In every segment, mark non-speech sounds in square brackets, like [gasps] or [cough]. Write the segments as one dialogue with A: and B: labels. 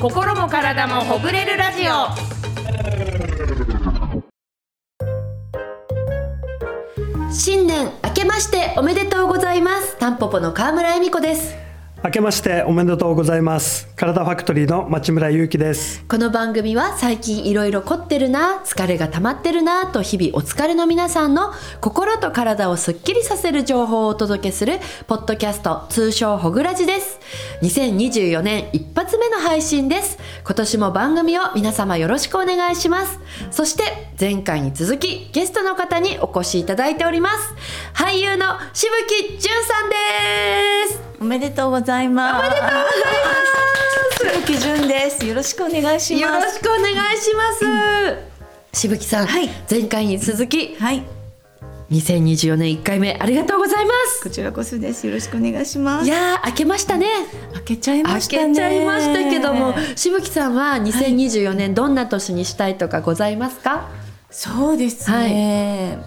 A: 心も体もほぐれるラジオ
B: 新年明けましておめでとうございますタンポポの川村恵美子です
C: 明けましておめでとうございます体ファクトリーの町村祐樹です
B: この番組は最近いろいろ凝ってるな疲れが溜まってるなと日々お疲れの皆さんの心と体をすっきりさせる情報をお届けするポッドキャスト通称ほぐらじです2024年一発目の配信です今年も番組を皆様よろしくお願いしますそして前回に続きゲストの方にお越しいただいております俳優のしぶきじゅんさんです
D: おめでとうございます。おめでとうございます。木潤です。 [laughs] よろしくお願いし
B: よ
D: ま
B: ろ
D: す。
B: しくお願いします。しぶきさん、
D: はい
B: 前回に続き、
D: はい、
B: 2024年1回目ありがとうございます。
D: こちらこそです。よろしくお願いしま
B: い
D: す。
B: やー開けましたね。
D: 開けちゃい
B: 開
D: ま
B: け
D: した
B: ちゃ
D: ね。
B: いましたけども、しぶきさんは2024年どんな年にしたいとかございますか？
D: そうですね。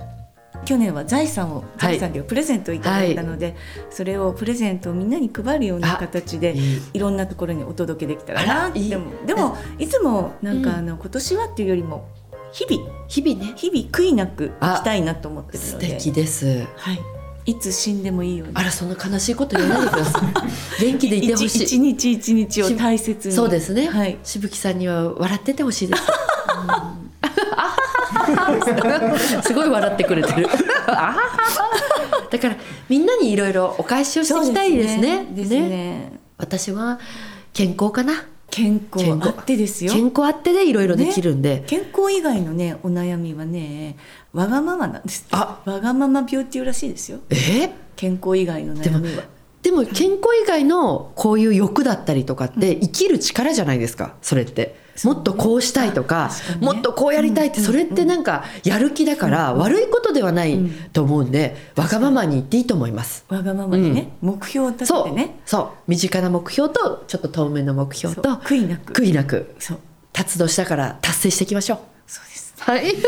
D: 去年は財産を財産でプレゼントをいただいたので、それをプレゼントをみんなに配るような形で
B: いい
D: いろんなところにお届けできたら
B: あ
D: な
B: らいい
D: でもでもいつもなんかあの、今年はっていうよりも日々
B: 日々ね。
D: 日々悔いなく生きたいなと思ってる
B: 素
D: ので
B: 敵です。
D: はい、いつ死んでもいいように
B: あらそんな悲しいこと言わないでくださ [laughs] い。元気でいてほ
D: 一一
B: し
D: 日一日を大切
B: い。
D: に
B: そうですね。
D: はい
B: しぶきさんには笑っててほしいです。すごい笑ってくれてる。あはははだからみんなにいろいろお返しをしていきたいですね。
D: そうですね
B: ね
D: ね
B: 私は健康かな。
D: 健康
B: 健康
D: あってですよ
B: 健康あってでいろいろできるんで、
D: 健康以外のねお悩みはねわがままなんですって
B: あ
D: わがまま病っていうらしいですよ
B: え
D: 健康以外の
B: で
D: 悩
B: も
D: みは
B: でも健康以外のこういう欲だったりとかって生きる力じゃないですかそれってもっとこうしたいとか
D: 確かにね
B: もっとこうやりたいってそれってなんかやる気だから悪いことではないと思うんでわがままに言っていいと思います。
D: わがままにね、目標を立て
B: そ
D: て
B: う
D: ね
B: そう身近な目標とちょっと遠めの目標と
D: そう悔いなく
B: 悔いなく
D: そう
B: 達度したから達成していきましょう。
D: そうです
B: はい。 [laughs]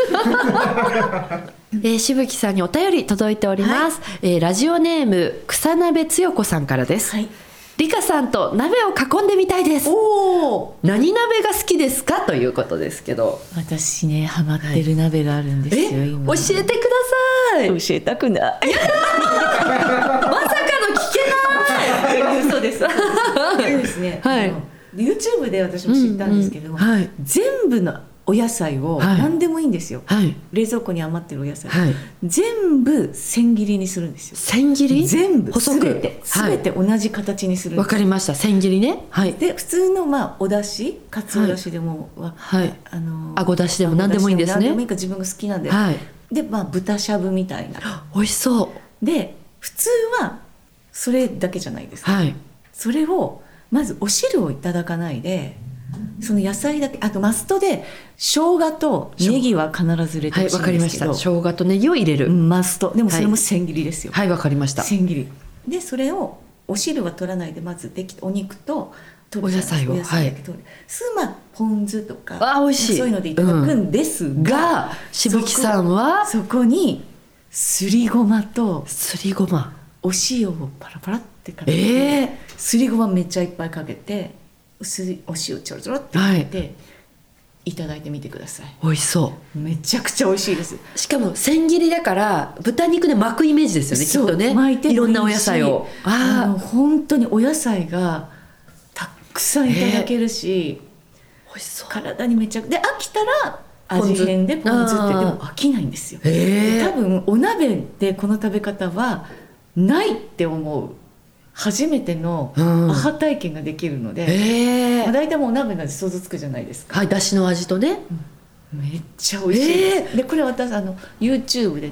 B: えー、しぶきさんにお便り届いております。えーラジオネーム草鍋つよこさんからです。
D: はい
B: りかさんと鍋を囲んでみたいです。
D: おお
B: 何鍋が好きですかということですけど。
D: 私ねハマってる鍋があるんです
B: え、
D: よ、
B: 教
D: 今
B: えてくださ [laughs] い。ま
D: 教えたくない
B: さかの聞けない。嘘です。
D: そうですね。
B: はい
D: あの YouTube で私も知ったんですけども、
B: うんうんはい
D: 全部のお野菜を
B: はい
D: 何でもいいんですよ。
B: はい。
D: 冷蔵庫に余ってるお野菜、
B: はい
D: 全部千切りにするんですよ。
B: 千切り。
D: 全部
B: 細く
D: 全て
B: はい
D: 全て同じ形にするんで
B: わ
D: す。
B: かりました。千切りね。はい。
D: で普通のまあお出汁、かつお出汁でもわ、
B: はい。
D: あの
B: あご出汁でも何でもいいんですね
D: 何でもいいか自分が好きなんで。
B: はい。
D: でまあ豚しゃぶみた
B: [gasps]
D: いな。
B: 美味しそう。
D: で普通はそれだけじゃないですか。
B: はい。
D: それをまずお汁をいただかないでその野菜だけあとマストで生姜とネギは必ず入れ
B: は
D: てほ
B: い。
D: しい
B: わかり
D: んで
B: ますし
D: けど、
B: た。生姜とネギを入れる。
D: うんマストでもそれも千切りですよ、
B: はい、わかりました。
D: 千切りでそれをお汁は取らないでまずできお肉と取るじゃない
B: お野菜を
D: ですかお野菜だけ取る、すまあポン酢とか
B: あ美味しい
D: そういうのでいただくんですが、
B: が、しぶきさんは、
D: そこにすりごまと
B: すりごま。
D: お塩をパラパラってかけて、
B: ええ
D: すりごまめっちゃいっぱいかけて薄いお塩ちょろちょろってかけて、い、ただいてみてください
B: 美味しそ
D: めちゃくちゃ美味しいです
B: う。しかも千切りだから豚肉で巻くイメージですよね。きっとね。
D: そう巻いても
B: いろんなお野菜を
D: いいし。あの
B: ああ、
D: 本当にお野菜がたくさんいただけるし、
B: 美味しそう。
D: 体にめちゃくで飽きたら
B: ポン酢
D: 味変でポン酢って
B: あ
D: で
B: ー
D: も飽きないんですよ、
B: ええ
D: 多分お鍋でこの食べ方はないって思う初めてのア
B: うん
D: ハ体験ができるので、
B: ええ
D: まあ、大体もうお鍋なんて想像つくじゃないですか
B: はい、だしの味とね。
D: めっちゃ美味しいです、
B: え
D: でこれ私あの YouTube で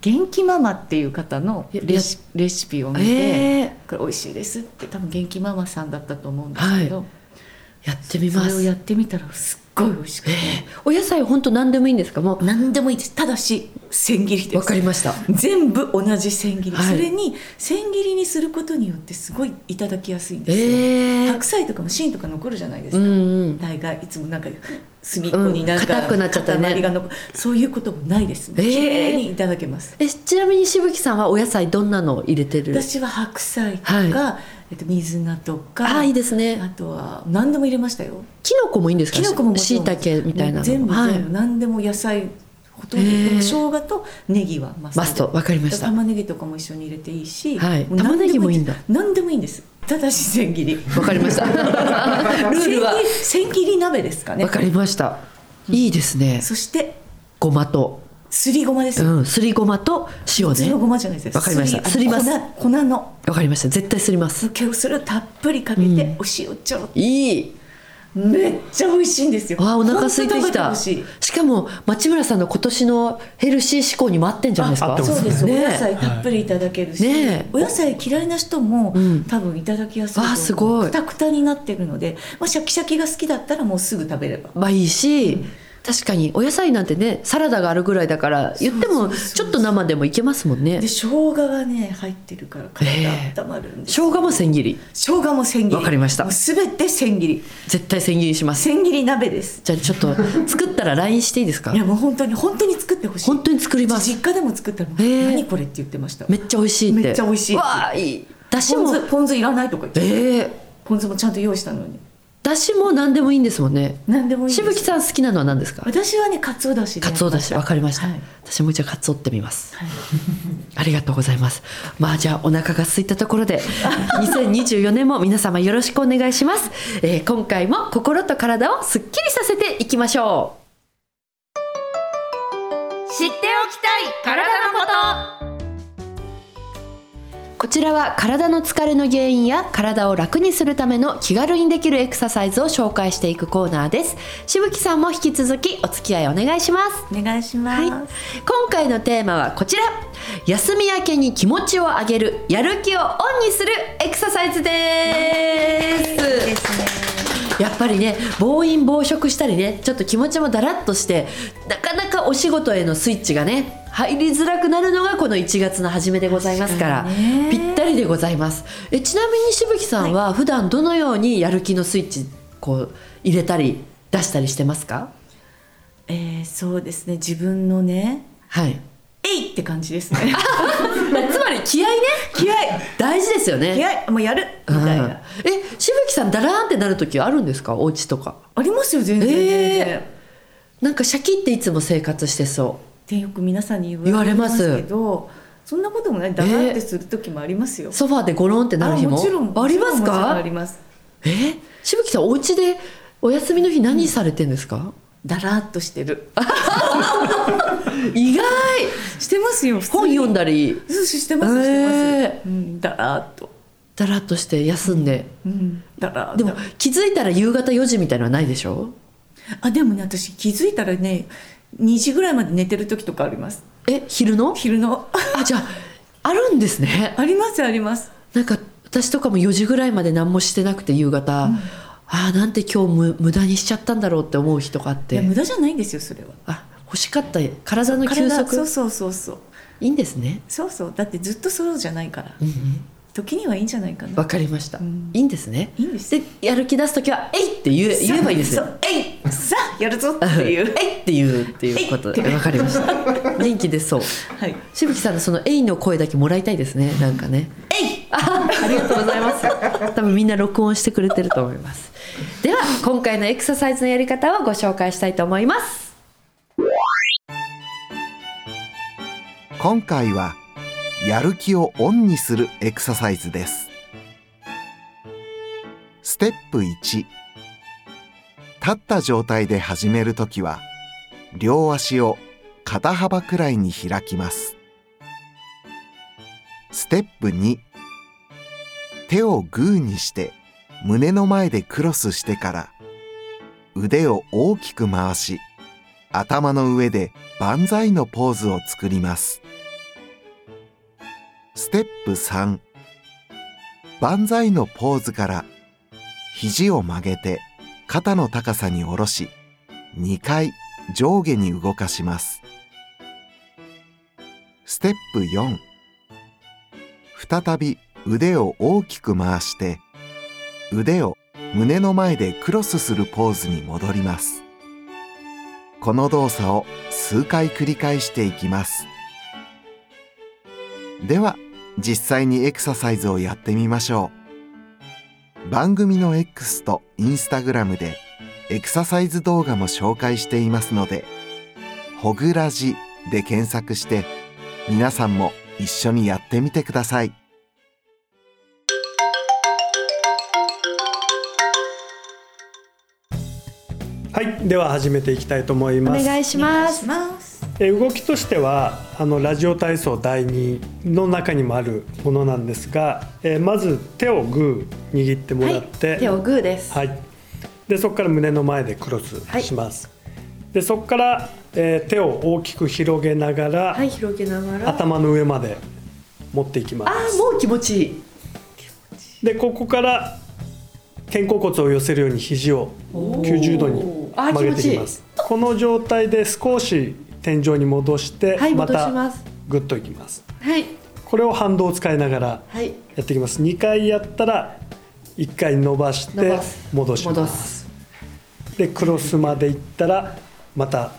D: 元気ママっていう方のレシレシピを見て、
B: ええ
D: これ美味しいですって多分元気ママさんだったと思うんですけど、
B: やってみ
D: そ
B: ま
D: れを
B: す。
D: や
B: え
D: ってみたらすっごい美味しくて、
B: えお野菜本当何でもいいんですか。も
D: 何でもいいですただし千切り
B: う。
D: で
B: わ
D: す
B: かりました。
D: 全部同じ千切り、
B: はい
D: それに千切りにすることによってすごいいただきやすいんですよ、
B: ええ
D: 白菜とかも芯とか残るじゃないです
B: う
D: か、
B: んうん。
D: 大概いつもなんか隅っこになんか、
B: うん硬くなっちゃったね
D: 塊が残そういうこともないですね
B: えー
D: 綺麗にいただけます
B: え、ちなみにしぶきさんはお野菜どんなのを入れてる。
D: 私は白菜とか、
B: は
D: えっと、水菜とか
B: ああいいですね
D: あとは何でも入れましたよ
B: きのこもいいんですか
D: きのこももち
B: し
D: ろ
B: い
D: ん
B: たけみたいなの
D: 全部
B: はい
D: 全部何でも野菜ほとんど
B: へえ
D: でも生姜とネギはマスト
B: マストわかりました
D: 玉ねぎとかも一緒に入れていいし、
B: はい
D: もう何で
B: 玉ねぎもいいんだ
D: 何でもいいんですただし千切りル
B: わかりま
D: [laughs]
B: したルールは
D: 千切り千切り鍋ですかね
B: わかりましたいいですね
D: そして
B: ごまと
D: すりごまですよ、
B: うんすりごまと塩
D: すり
B: ね
D: ごまじゃないです
B: わかりましたす
D: す
B: り
D: り
B: ます
D: 粉粉の
B: わかりました絶対すります
D: けをそれをたっぷりかけて、
B: うん
D: お塩ちょろっ
B: いい
D: とめっちゃ美味しいんですよ
B: わあお腹空いてき
D: ほん
B: た
D: と食べてほしい
B: しかも町村さんの今年のヘルシー志向にも合ってんじゃないです
C: あ合
B: か
C: ってます
D: そうです、
B: ね
D: お野菜たっぷりいただけるし、
B: ねえ
D: お野菜嫌いな人も、
B: うん
D: 多分いただきやすいと思う
B: あすごい
D: くたくたになってるので、まあ、シャキシャキが好きだったらもうすぐ食べれば
B: まあいいし、確かにお野菜なんてねサラダがあるぐらいだから言って
D: そ
B: も
D: うそうそう
B: ちょっと生でもいけますもんね
D: で生姜がね入ってるから
B: ええ
D: 体温まるんです、
B: 生姜も千切り
D: 生姜も千切り
B: わかりました
D: もう全て千切り
B: 絶対千切りします
D: 千切り鍋です
B: じゃあちょっと作ったら LINE していいですか
D: いやもう本当に本当に作ってほしい
B: 本当に作ります
D: 実家でも作ったら「
B: ええ
D: 何これ?」って言ってました
B: めっちゃ美味しいって
D: めっちゃ美味しい
B: わあいいだし
D: ポン
B: も
D: 酢ポン酢いらないとか言って
B: ええ
D: ポン酢もちゃんと用意したのに
B: だしも何でもいいんですもんね
D: 何でもいいん
B: し
D: です
B: ぶきさん好きなのは何ですか
D: 私はねかつおだしで
B: かつおだしわかりました、
D: はい
B: 私もじゃあかつおってみます
D: はい
B: ありがとうございます。まあじゃあお腹が空いたところ
D: [laughs]
B: で、2024年も皆様よろしくお願いします。えー今回も心と体をすっきりさせていきましょう。
A: 知っておきたい体のこと
B: こちらは体の疲れの原因や体を楽にするための気軽にできるエクササイズを紹介していくコーナーです。しぶきさんも引き続きお付き合いお願いします。
D: お願いします、
B: はい、今回のテーマはこちら休み明けに気持ちを上げるやる気をオンにするエクササイズです
D: ですね
B: やっぱりね暴飲暴食したりねちょっと気持ちもだらっとしてなかなかお仕事へのスイッチがね入りづらくなるのがこの1月の初めでございますから
D: 確かにね
B: ぴったりでございますえちなみにしぶきさんは普段どのようにやる気のスイッチこう入れたり出したりしてますか
D: えーそうですね自分のね
B: はい
D: えいって感じで
B: [laughs]
D: すね
B: つ [laughs] まり気合ね
D: 気合い
B: 大事ですよね
D: 気合いもうやるみたいな、
B: うんえしぶきさんだらーんってなる時あるんですかお家とか
D: ありますよ全然、
B: ええ
D: 全然
B: なんかシャキっていつも生活してそ
D: ってよく皆さんに
B: 言
D: 言
B: わ
D: わ
B: れ
D: れ
B: ま
D: ますすけどそんなこともないだらってする時もありますよ、
B: うソファーでゴロンってなる日も
D: あもちろん
B: あります
D: もちろんもちろんあ
B: か
D: ります
B: えしぶきさんお家でお休みの日何されてんですか、
D: だらっとしてる
B: 意外
D: してますよ
B: 本読ん
D: だ
B: だり
D: してますしてます、
B: え
D: うん、だらっと、
B: だらっとして休んで、
D: うん、だらっと
B: でも気づいたら夕方4時みたいなのはないでしょ
D: あでもね私気づいたらね2時ぐらいまで寝てる時とかあります
B: え昼の
D: 昼の [laughs]
B: あじゃああるんですね
D: ありますあります
B: なんか私とかも4時ぐらいまで何もしてなくて夕方、ああなんて今日む無駄にしちゃったんだろうって思う日とかあっ
D: いや無
B: て
D: 駄じゃないんですよそれは
B: あ欲しかった体の休
D: 体そう
B: 息
D: そうそうそう
B: いいんですね
D: そうそうだってずっとそうじゃないから、時にはいいんじゃないかな
B: わかりました、
D: ん
B: いいんですね
D: いいんですよ
B: やる気出す時は「えい!」って言え
D: さあ
B: 言えばいいです
D: そ
B: よ
D: うえいさあやるぞっ
B: 「
D: て
B: うんえ
D: い
B: い!」
D: う
B: っていうっていうことで
D: えいって
B: わかりました
D: [laughs]
B: 元気出そう
D: はい
B: しぶきさんのその「えい!」の声だけもらいたいですねなんかね
D: えい
B: あありがとうございます。多分みんな録音してくれてると思います。では今回のエクササイズのやり方をご紹介したいと思います。
E: 今回はやる気をオンにするエクササイズですステップ1立った状態で始めるときは両足を肩幅くらいに開きますステップ2手をグーにして胸の前でクロスしてから腕を大きく回し頭の上で万歳のポーズを作りますステップ3万歳のポーズから肘を曲げて肩の高さに下ろし2回上下に動かしますステップ4再び腕を大きく回して腕を胸の前でクロスするポーズに戻りますこの動作を数回繰り返していきますでは実際にエクササイズをやってみましょう番組の X と Instagram でエクササイズ動画も紹介していますので「ほぐらじ」で検索して皆さんも一緒にやってみてください
C: はい、では始めていきたいと思い
B: お
C: ます。
B: 願いします
D: します。
C: えー動きとしてはあのラジオ体操第2の中にもあるものなんですが、えーまず手をグー握ってもらって、
B: 手をグーです
C: はい、でそこから胸の前でクロス
B: はい
C: します、でそこから、えー手を大きく広げながら、
B: はい広げながら
C: 頭の上まで持っていきま
B: あ
C: す
B: ーもう気持ちいい
C: でここから肩甲骨を寄せるように肘を90度に
B: あー
C: 曲げていきま
B: 気
C: すこの状態で少し天井に戻して、
B: はい
C: ま
B: 戻しま
C: た
B: す
C: グッといきます
B: はい
C: これを反動を使いながら
B: はい
C: やっていきます2回やったら1回伸ばし
B: 伸
C: て
B: ばす
C: 戻し
B: 戻
C: ますでクロスまで行ったらまた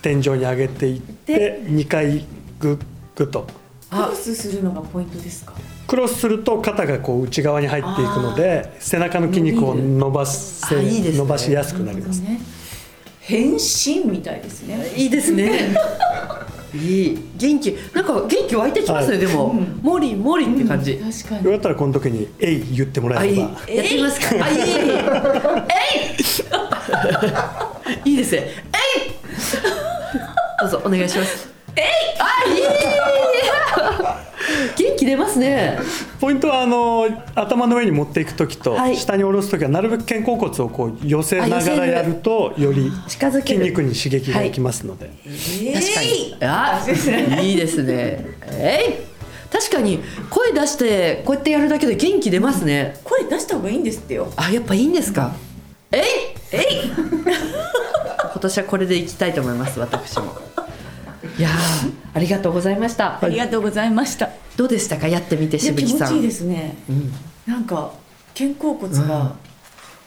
C: 天井に上げていって2回グッグッと
D: クロスするのがポイントですか。
C: クロスすると肩がこう内側に入っていくので背中の筋肉を伸ばせ
B: あいいですね
C: 伸ばしやすくなります
D: ね。変身みたいですね。
B: いいですね [laughs] いい元気なんか元気湧いてきますね、
C: は
B: で
C: い
B: ももりもりって感じ、
D: 確
C: よ。
D: か
C: かったらこの時に「えい」言ってもら
B: あい
C: え
B: い
C: れ
B: や
C: ば
B: ってみますかあいいえ [laughs] いいいですねえいどうぞお願いしますえいあいい [laughs] 元気出ますね
C: ポイントはあの頭の上に持っていく時と
B: はい
C: 下に下ろす時はなるべく肩甲骨をこう寄せな
B: あ寄せ
C: が
B: る
C: らやるとより
B: 近づけ
C: 筋
B: る
C: 肉に刺激がいきますので、
B: 確かにあいいですねえい確かに声出してこうやってやるだけで元気出ますね
D: 声出した方がいいんですってよ。
B: あやっぱいいんですかえいえい今年はこれでいきたいと思います私もいやーありがとうございました、
D: ありがとうございました。
B: どうでしたかやってみて
D: いや
B: しぶ
D: 気
B: き
D: 持
B: さん
D: ちいいですね。
B: うん
D: なんか肩甲骨が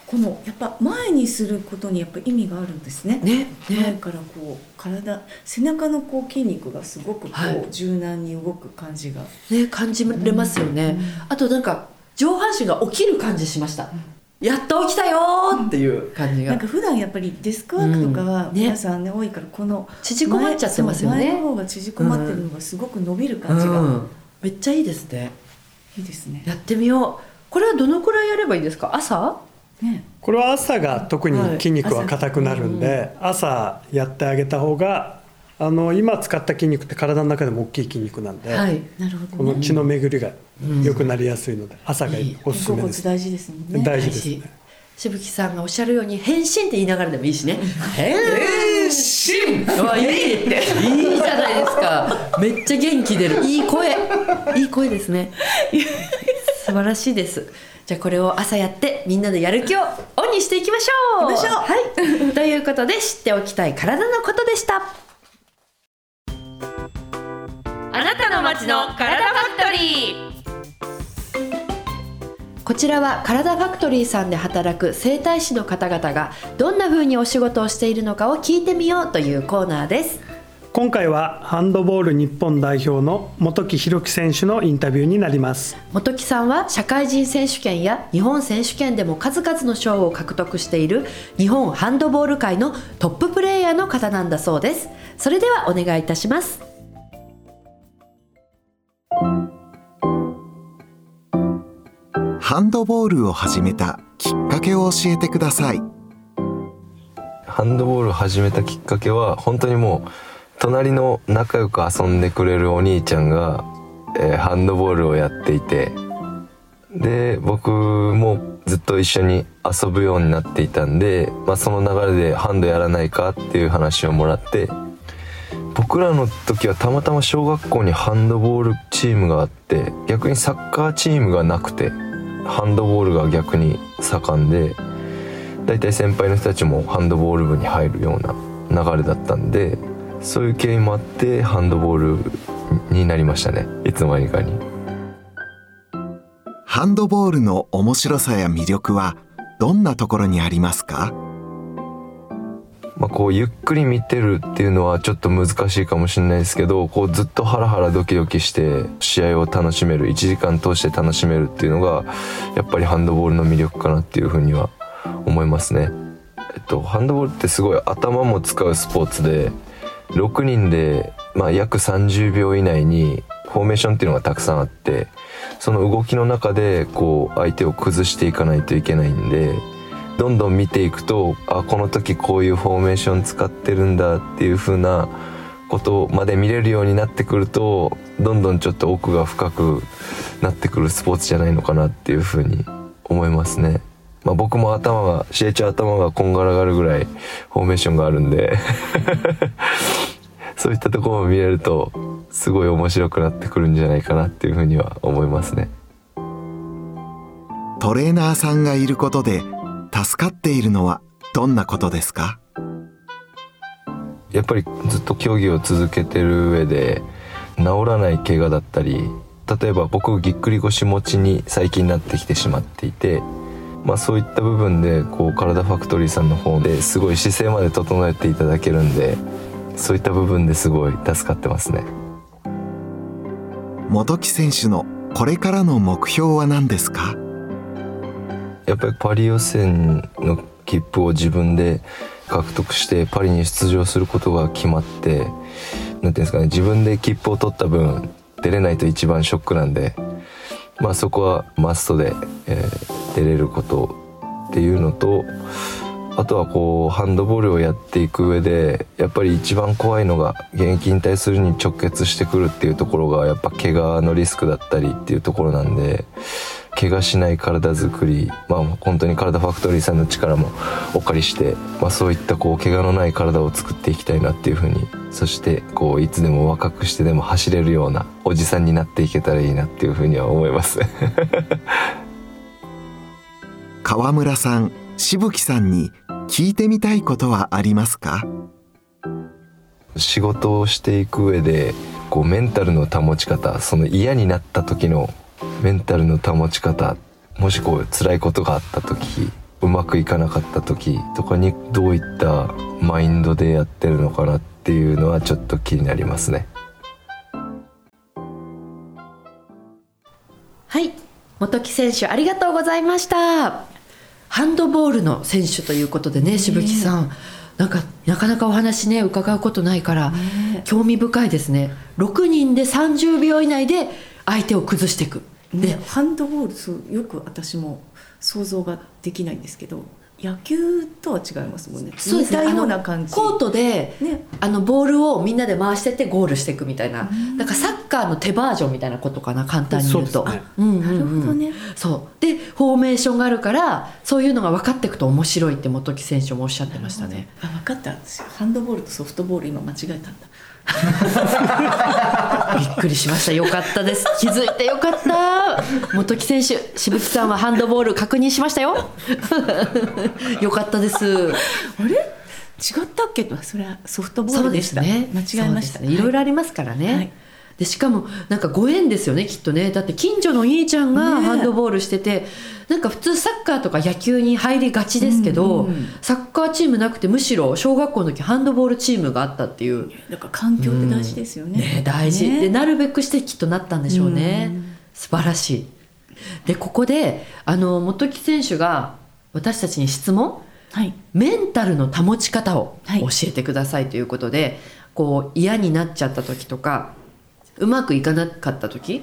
D: このやっぱ前にすることにやっぱ意味があるんですね。
B: ね
D: 前
B: ね
D: からこう体背中のこう筋肉がすごくこ
B: は
D: う柔軟に動く感じが、
B: ね感じれますよね、あとなんか上半身が起きる感じしました、やっと起きたよーっていう感じが、
D: なんか普段やっぱりデスクワークとかは
B: うんね
D: 皆さんね,、多いからこの
B: 縮こまっちゃってますよね
D: 前そう前の方が縮こまってるのがすごく伸びる感じが、
B: うん、めっちゃいいですね
D: いいですね。
B: やってみようこれはどのくらいやればいいですか朝
D: ね
C: これは朝が特に筋肉は硬くなるんで、
B: は
C: 朝やってあげた方があの今使った筋肉って体の中でも大きい筋肉なんで、
B: はい
D: なるほ
C: こ
D: ど
C: の
D: ね。
C: 血の巡りが良くなりやすいので、朝がおすす
D: 肩
C: め
D: 甲
C: で
D: 骨
C: す。
D: 大事ですもんね。
C: 大事ですね
B: 大事しぶきさんがおっしゃるように変身って言いながらでもいいしね変身わいいっていいじゃないですかめっちゃ元気出るいい声いい声ですね素晴らしいですじゃあこれを朝やってみんなでやる気をオンにしていきましょう
D: いきましょう
B: はい、ということで知っておきたい体のことでした
A: あなたの街の体ファクトリー
B: こちらは体ファクトリーさんで働く整体師の方々がどんな風にお仕事をしているのかを聞いてみようというコーナーです
C: 今回はハンドボール日本代表の本木弘樹選手のインタビューになります。
B: 本木さんは社会人選手権や日本選手権でも数々の賞を獲得している日本ハンドボール界のトッププレーヤーの方なんだそうですそれではお願いいたします
E: ハンドボールを始めたきっかけを教えてください
F: ハンドボールを始めたきっかけは本当にもう隣の仲良く遊んでくれるお兄ちゃんが、えーハンドボールをやっていてで僕もずっと一緒に遊ぶようになっていたんで、まあ、その流れでハンドやらないかっていう話をもらって僕らの時はたまたま小学校にハンドボールチームがあって逆にサッカーチームがなくてハンドボールが逆に盛んで。大体先輩の人たちもハンドボール部に入るような流れだったんでそういう経緯もあってハンドボールになりましたねいつの間にかに
E: ハンドボールの面白さや魅力はどんなところにありますか
F: まあ、こうゆっくり見てるっていうのはちょっと難しいかもしれないですけどこうずっとハラハラドキドキして試合を楽しめる1時間通して楽しめるっていうのがやっぱりハンドボールの魅力かなっていうふうには思いますね。えっと、ハンドボールってすごい頭も使うスポーツで6人で、まあ、約30秒以内にフォーメーションっていうのがたくさんあってその動きの中でこう相手を崩していかないといけないんでどんどん見ていくとあこの時こういうフォーメーション使ってるんだっていう風なことまで見れるようになってくるとどんどんちょっと奥が深くなってくるスポーツじゃないのかなっていう風に思いますね。まあ、僕も頭が、しえちゃん頭がこんがらがるぐらいフォーメーションがあるんで [laughs] そういったところも見れるとすごい面白くなってくるんじゃないかなっていうふうには思いますね。
E: トレーナーさんがいることで助かっているのはどんなことですか
F: やっぱりずっと競技を続けてる上で治らない怪我だったり例えば僕ぎっくり腰持ちに最近なってきてしまっていてまあ、そういった部分でこう体ファクトリーさんの方ですごい姿勢まで整えていただけるんでそういった部分ですごい助かってますね
E: 元木選手のこれからの目標は何ですか
F: やっぱりパリ予選の切符を自分で獲得してパリに出場することが決まってなんていうんですかね自分で切符を取った分出れないと一番ショックなんでまあ、そこはマストで、えー、出れることっていうのとあとはこうハンドボールをやっていく上でやっぱり一番怖いのが現役引退するに直結してくるっていうところがやっぱ怪我のリスクだったりっていうところなんで怪我しない体づくりまあ本当に体ファクトリーさんの力もお借りして、まあ、そういったこう怪我のない体を作っていきたいなっていうふうにそしてこういつでも若くしてでも走れるようなおじさんになっていけたらいいなっていうふうには思います
E: 川村さんしぶきさんに聞いてみたいことはありますか
F: 仕事をしていく上でこうメンタルの保ち方その嫌になった時のメンタルの保ち方もしこう辛いことがあった時うまくいかなかった時とかにどういったマインドでやってるのかなっていうのはちょっと気になりますね
B: はい元木選手ありがとうございましたハンドボールの選手ということでね、しぶきさん。なんかなかなかお話ね伺うことないから、興味深いですね6人で30秒以内で相手を崩していくで、
D: ね、ハンドボールそうよく私も想像ができないんですけど野球とは違いますもんね
B: そうです
D: 似た
B: ね
D: ような感じ
B: コートで、
D: ね
B: あのボールをみんなで回してってゴールしていくみたいななんかサッカーの手バージョンみたいなことかな簡単に言う
C: そ
B: と
C: うですね
B: うんうん
D: な
B: うん
D: るほどね、
B: そうでフォーメーションがあるからそういうのが分かっていくと面白いって元木選手もおっしゃってましたね
D: あ分かった私ハンドボールとソフトボール今間違えたんだ
B: びっくりしましたよかった
D: [laughs]
B: です気づいてよかった元木選手渋木さんはハンドボール確認しました
D: [laughs]
B: よよかったです
D: あれ違ったっけとそれはソフトボールでした間違えました
B: そうですねいろいろありますからね、
D: はい
B: でしかもなんかご縁ですよねきっとねだって近所のお兄ちゃんが
D: ねえ
B: ハンドボールしてて、なんか普通サッカーとか野球に入りがちですけど、
D: うんうん
B: サッカーチームなくてむしろ小学校の時ハンドボールチームがあったっていう
D: だから環境って大事ですよね,、
B: ね大事、
D: ね
B: でなるべくしてきっとなったんでしょうね、
D: う
B: 素晴らしいでここであの元木選手が私たちに質問
D: はい
B: メンタルの保ち方を
D: はい
B: 教えてくださいということで、こう嫌になっちゃった時とかうまくいかなかった時、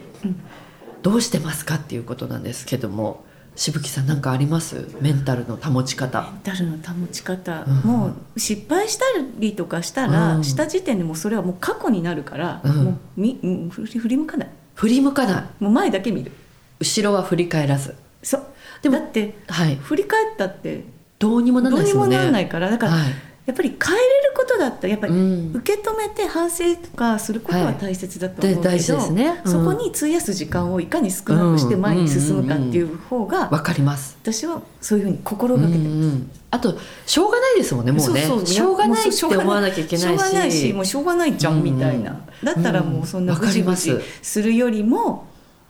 B: どうしてますかっていうことなんですけどもしぶきさん何かありますメンタルの保ち方
D: メンタルの保ち方、
B: うん
D: もう失敗したりとかしたら、
B: うん
D: した時点でもうそれはもう過去になるから、
B: うん
D: もうみうん振り振り向かない
B: 振り向かない
D: もう前だけ見る
B: 後ろは振り返らず
D: そう
B: でも
D: だって
B: はい
D: 振り返ったって
B: どうにもなら
D: ど
B: な
D: う
B: いで
D: に
B: す
D: も
B: もんね
D: ならないからだから、
B: はい
D: やっぱり変えれることだったらやっぱり
B: うん
D: 受け止めて反省とかすること
B: は
D: はい大切だと思うけど、
B: で大事ですねうん
D: そこに費やす時間をいかに少なくして前に進むかっていう方が、
B: わかります
D: 私はそういうふうに心が
B: う
D: けて
B: んうんあとしょうがないですもんねもうね
D: そそ
B: しょうがない
D: も
B: って思わなきゃいけないし
D: しょうがないしもうしょうがないじゃ
B: うんんうん
D: みたいな、だったらもうそんな
B: うんわ
D: ぐ
B: か
D: じ
B: り
D: ぐ
B: ます
D: じするよりも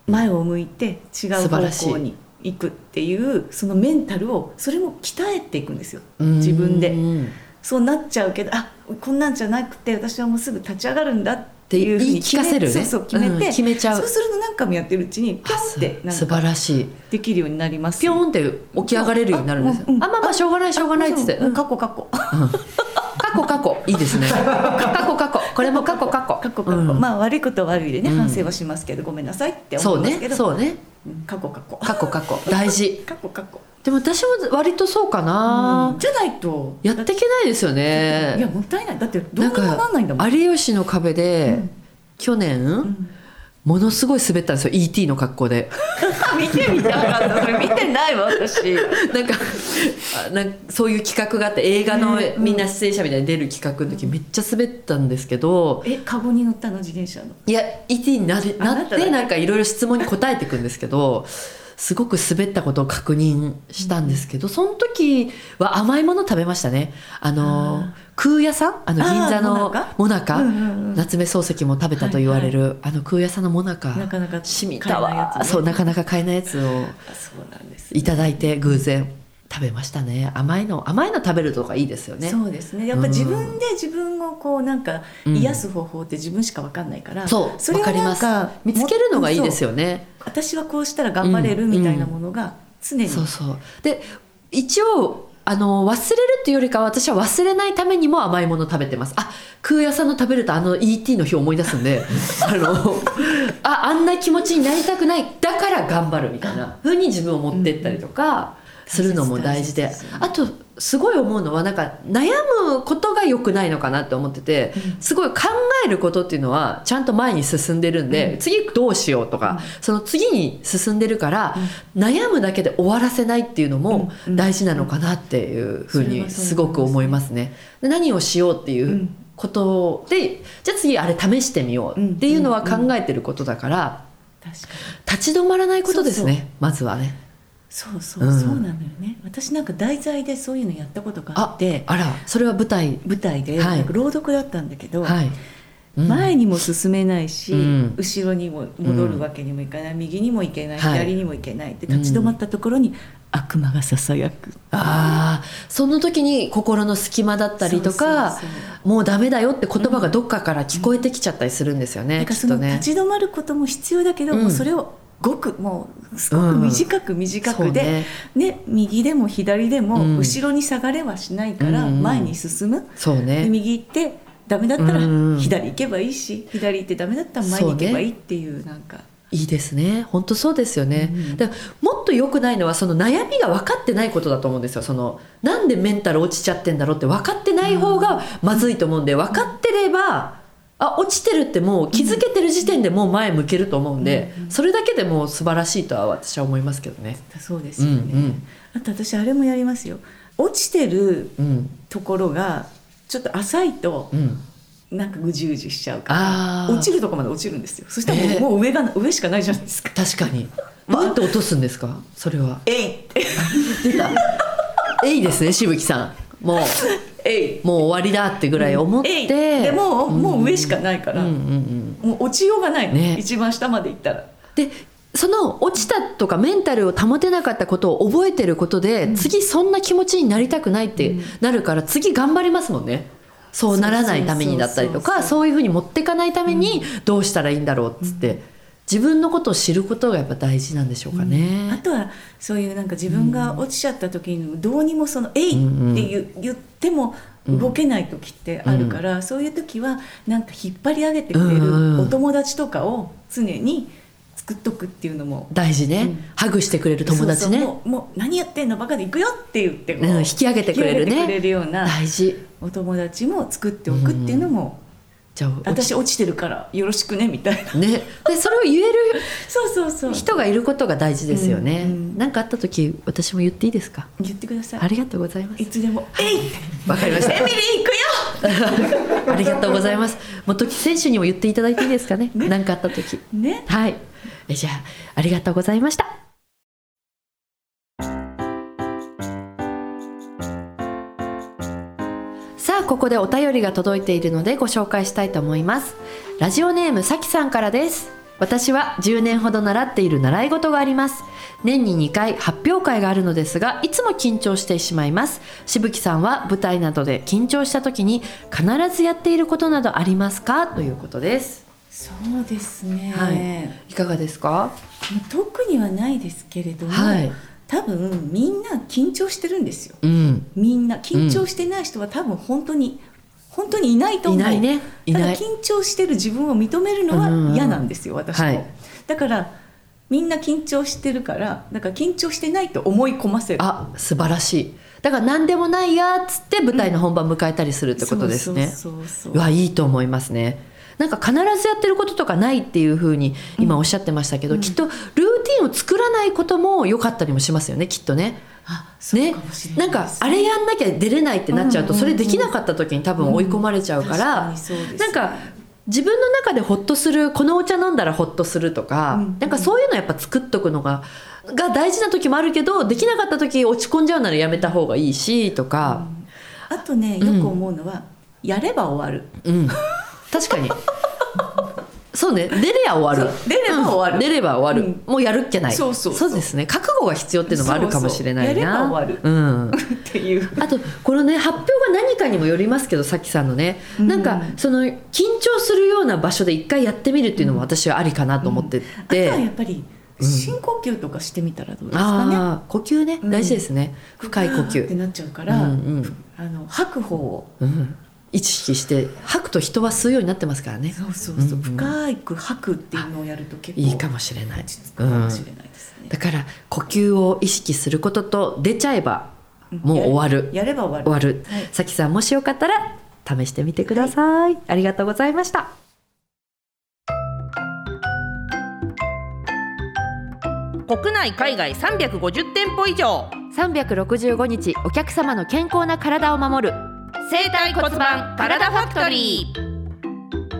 D: 前を向いて違う
B: 素晴らしい
D: 方向に行くっていうそのメンタルをそれも鍛えていくんですよ
B: うん
D: 自分で
B: うん
D: そうなっちゃうけどあこんなんじゃなくて私はもうすぐ立ち上がるんだっていうふう
B: 言い
D: に
B: 聞かせるね
D: そうそう決めて、
B: うん決めちゃう
D: そうすると何回もやってるうちにピョンって
B: あ
D: な
B: 素
D: んか
B: 晴らしい
D: できるようになります
B: ピョーンって起き上がれるようになるんですよ
D: うんうん
B: あまあまあしょうがないしょうがないっつって、
D: うん過去過去
B: 過去過去いい
D: [laughs]
B: ですね過去過去これも過去過去
D: 過去過去、
B: うん
D: まあ悪いことは悪いでね、
B: うん
D: 反省はしますけどごめんなさいって思
B: そ
D: いうますけ
B: ね
D: ど
B: そうね
D: うん過去過去
B: 過去過去大事
D: 過去過去
B: でも私も割とそうかな、
D: じゃないと
B: やっていけないですよ
D: いや
B: ね
D: もったいないだってどう
B: な
D: に
B: ん
D: もな
B: か
D: んないんだもん
B: 有吉の壁で、
D: うん
B: 去年、
D: ん
B: ものすごい滑ったんですよ ET の格好で
D: [laughs] 見てみたか
B: [laughs]
D: ったそれ見てないわ私
B: なんかあなんかそういう企画があって映画の
D: ね
B: みんな出演者みたいに出る企画の時めっちゃ滑ったんですけど
D: えカゴに乗ったの自転車の
B: いや ET になり
D: あ
B: な
D: な
B: った
D: だ
B: て
D: ね
B: なんかいろいろ質問に答えていくんですけどすごく滑ったことを確認したんですけどその時は甘いもの食べましたねあの空屋さんあの
D: あー
B: 銀座の
D: もなか
B: もなか
D: うんうんうん
B: 夏目漱石も食べたと言われる、あの空屋さんのもなか
D: なかなか
B: しみた
D: 買えないや
B: わ
D: つね
B: そうなかなか買えないやつを
D: あそうなんです
B: いただいて偶然食べましたね甘いの甘いの食べるとかいいですよね
D: そうですねやっぱ自分で自分をこうなんか
B: うん
D: 癒す方法って自分しかわかんないから、
B: そうわ
D: れを
B: かり
D: な
B: ま
D: ん
B: す
D: か
B: 見つけるのがいいです
D: よ
B: よね
D: 私はこうしたら頑張れるみたいなものが常に、
B: そうそうで一応あの忘れるっていうよりかは私は忘れないためにも甘いもの食べてますあ空屋さんの食べるとあの ET の日を思い出すん
D: [laughs]
B: であのああんな気持ちになりたくないだから頑張るみたいな風に自分を持ってったりとかするのも大事で、
D: 大事ですよね
B: あとすごい思うのはなんか悩むことが良くないのかなって思ってて、すごい考えることっていうのはちゃんと前に進んでるんで、次どうしようとか、その次に進んでるから、悩むだけで終わらせないっていうのも
D: うん
B: 大事なのかなっていうふう
D: それ
B: に
D: はそう
B: すごく思いますね。で何をしようっていううんことで、じゃあ次あれ試してみようっていうのは考えてることだから、
D: 確かに
B: 立ち止まらないことですね
D: そ
B: まずはね。
D: そうそう、
B: うん
D: そうなのよね私なんか題材でそういうのやったことがあ
B: あ
D: って
B: あらそれは舞台
D: 舞台で
B: はい
D: なんか朗読だったんだけど、
B: はい、うん
D: 前にも進めないし、
B: うん
D: 後ろにも戻るわけにもいかない、右にも行けない、
B: はい
D: 左にも行けないって立ち止まったところに悪魔がささやく
B: ああその時に心の隙間だったりとか
D: そうそうそう
B: もうダメだよって言葉がどっかから聞こえてきちゃったりするんですよね、
D: なんか
B: きっ
D: そ
B: と
D: の
B: ね。
D: 立ち止まることも必要だけど、
B: うん
D: もうそれをごくもうすごく短く短
B: そう
D: くで、
B: ね
D: ね、右でも左で
B: うん
D: も後ろに下がれはしないから
B: うんうん
D: 前に進む、
B: そう
D: で
B: ね
D: 右行ってダメだったら
B: うんうん
D: 左行けばいいし左行ってダメだったら前に行けばいいっていうなんか
B: いいですね本当そうですよね、
D: うん
B: だからもっと良くないのはその悩みが分かってないことだと思うんですよそのなんでメンタル落ちちゃってんだろうって分かってない方がまずいと思うんで分かってればあ落ちてるってもう気づけてる時点でもう前向けると思うんで、それだけでもう素晴らしいとは私は思いますけどね。
D: そうです
B: うん
D: よ
B: う
D: ね、
B: ん
D: あと私あれもやりますよ落ちてる
B: うん
D: ところがちょっと浅いと
B: うん
D: なんかぐじゅぐじゅしちゃうから
B: あー
D: 落ちるとこまで落ちるんですよそしたらもう,、
B: ええ
D: もう上が上しかないじゃないですか
B: 確かに。どうやって落とすんですか、それは。
D: えいって
B: 出た。えいですね、しぶきさん。も、
D: えいう
B: もう終わりだってぐらい思っ
D: え
B: て。
D: いでもう、もう上しかないか
B: うん
D: ら、
B: うんうん。
D: もう落ちようがないの、
B: ね
D: 一番下まで行ったら
B: で、その落ちたとかメンタルを保てなかったことを覚えてることで、次そんな気持ちになりたくないってなるから、次頑張りますもんね。そうならないためにだったりとか、そういうふうに持ってかないためにどうしたらいいんだろうっつって、自分のことを知ることがやっぱ大事なんでしょうかね。
D: あとはそういうなんか自分が落ちちゃった時にどうにもその「えい!」って言う言っても動けない時ってあるから、そういう時はなんか引っ張り上げてくれ
B: うんうん
D: るお友達とかを常に作っとくっていうのも
B: 大事ね、
D: うん
B: ハグしてくれる友達ね
D: そうそうもうもう何やってんのバカで行くよって言ってこう
B: うん引き上げてくれるね
D: 引き上げてくれるような
B: 大事
D: お友達も作っておくっていうのも、
B: じゃあ落ち
D: 私落ちてるからよろしくねみたいな
B: ねでそれを言える
D: そうそうそう
B: 人がいることが大事ですよね何、
D: うんうん
B: なんかあった時私も言っていいですか
D: 言ってください
B: ありがとうございます
D: いつでも「えい!」
B: わかりました
D: エミリー行く
B: [laughs]
D: よ
B: ありがとうございます元木選手にも言っていただいていいですかね何、なんかあった時
D: ね
B: はいえじゃあありがとうございましたさあここでお便りが届いているのでご紹介したいと思いますラジオネームさきさんからです私は10年ほど習っている習い事があります年に2回発表会があるのですがいつも緊張してしまいますしぶきさんは舞台などで緊張した時に必ずやっていることなどありますかということです
D: そうですね、
B: はいいかがですか
D: 特にはないですけれども、
B: はい
D: 多分みんな緊張してるんですよ
B: うん
D: みんな緊張してない人は多分本当に、本当にいないと思う
B: いないねいない
D: ただ緊張してる自分を認めるの
B: うんうんうん
D: は嫌なんですよ、私も、
B: はい
D: だからみんな緊張してるからだから緊張してないと思い込ませる
B: あ素晴らしいだから何でもないやっつって舞台の本番迎えたりするってことですね、
D: そうそうそうそう
B: うわいいと思いますねなんか必ずやってることとかないっていうふうに今おっしゃってましたけど、きっとルーティンを作らないことも良かったりもしますよねきっとね。
D: あそう
B: ね
D: かもしれ
B: な
D: な
B: いん
D: です
B: かあれやんなきゃ出れないってなっちゃうと、
D: うんうん
B: そ
D: うん
B: れできなかった時に多分追い込まれちゃうから、
D: うん確かにそうですね
B: なんか自分の中でホッとするこのお茶飲んだらホッとするとか、
D: うんうん
B: なんかそういうのやっぱ作っとくのがが大事な時もあるけどできなかった時落ち込んじゃうならやめた方がいいしとか、
D: あとねよく思うのは、やれば終
B: [laughs]
D: わる
B: うん、確かにそうね出れば終わる
D: そう出れば終わる
B: うん出れば終わる、
D: うん
B: もうやるっけない
D: そうそうそう
B: ですね覚悟が必要っていうのもあるかもしれないな
D: そうそうやれば終わる
B: うん
D: っていう
B: あとこのね発表が何かにもよりますけどさきさんのね、
D: うん
B: なんかその緊張するような場所で一回やってみるっていうのも私はありかなと思って
D: あとは
B: て、
D: やっぱり
B: うん
D: 深呼吸とかしてみたらどうですかね、
B: ああ呼吸ね
D: うん
B: 大事ですね、深い呼
D: っ
B: 吸
D: て、なっちゃうから、
B: うんうん
D: あの吐く方を
B: うん、意識して吐くと人は吸うようになってますからね
D: そうそうそう、
B: うんうん
D: 深く吐くっていうのをやると結構
B: いいかもしれない
D: 落ち着くかもしれないですね
B: だ、から呼吸を意識することと出ちゃえば
D: ん
B: もう終わる
D: やれやれば終わる
B: 終わる、
D: はい
B: さきさんもしよかったら試してみてください、ありがとうございました
A: 国内海外350店舗以上
B: 365日お客様の健康な体を守る
A: 生体骨盤カラダファクトリー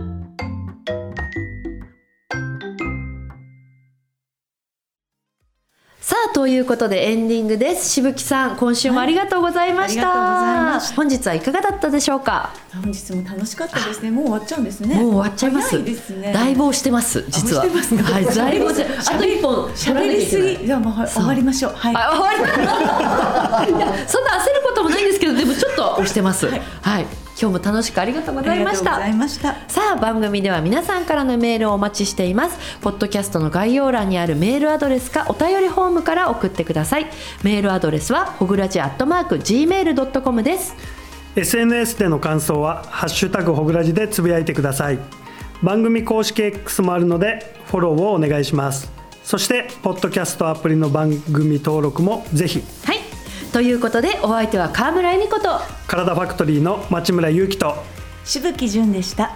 B: さあということでエンディングですしぶきさん今週もありがとうございました、
D: はいありがとうございまし
B: 本日はいかがだったでしょうか、
D: 本日も楽しかったですねもう終わっちゃうんですね
B: もう終わっちゃいます
D: 早いですね
B: だいぶ押してます実は
D: あ押してますか
B: はいだいぶ押してあと一本
D: 喋りすぎじゃあもうはい
B: そう
D: 終わりましょうはい
B: あ終わり [laughs] いやそんな焦ることもないんですけどでもちょっと押してますはい、今日も楽しくありがとうございまし
D: あ
B: た
D: りがとうございました
B: さあ番組では皆さんからのメールをお待ちしていますポッドキャストの概要欄にあるメールアドレスかお便りフォームから送ってくださいメールアドレスはほぐらじアットマーク gmail.com です
C: SNS での感想は「ハッシュタグほぐらじ」でつぶやいてください番組公式 X もあるのでフォローをお願いしますそしてポッドキャストアプリの番組登録もぜひ
B: はいということでお相手は川村恵美子と
C: 体ファクトリーの町村祐樹と
D: しぶきじゅんでした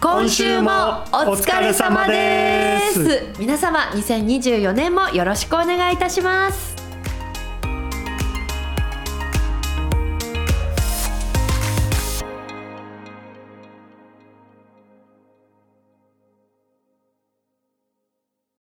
B: 今週もお疲れ様です
C: お疲れ様
B: 皆様2024年もよろしくお願いいたします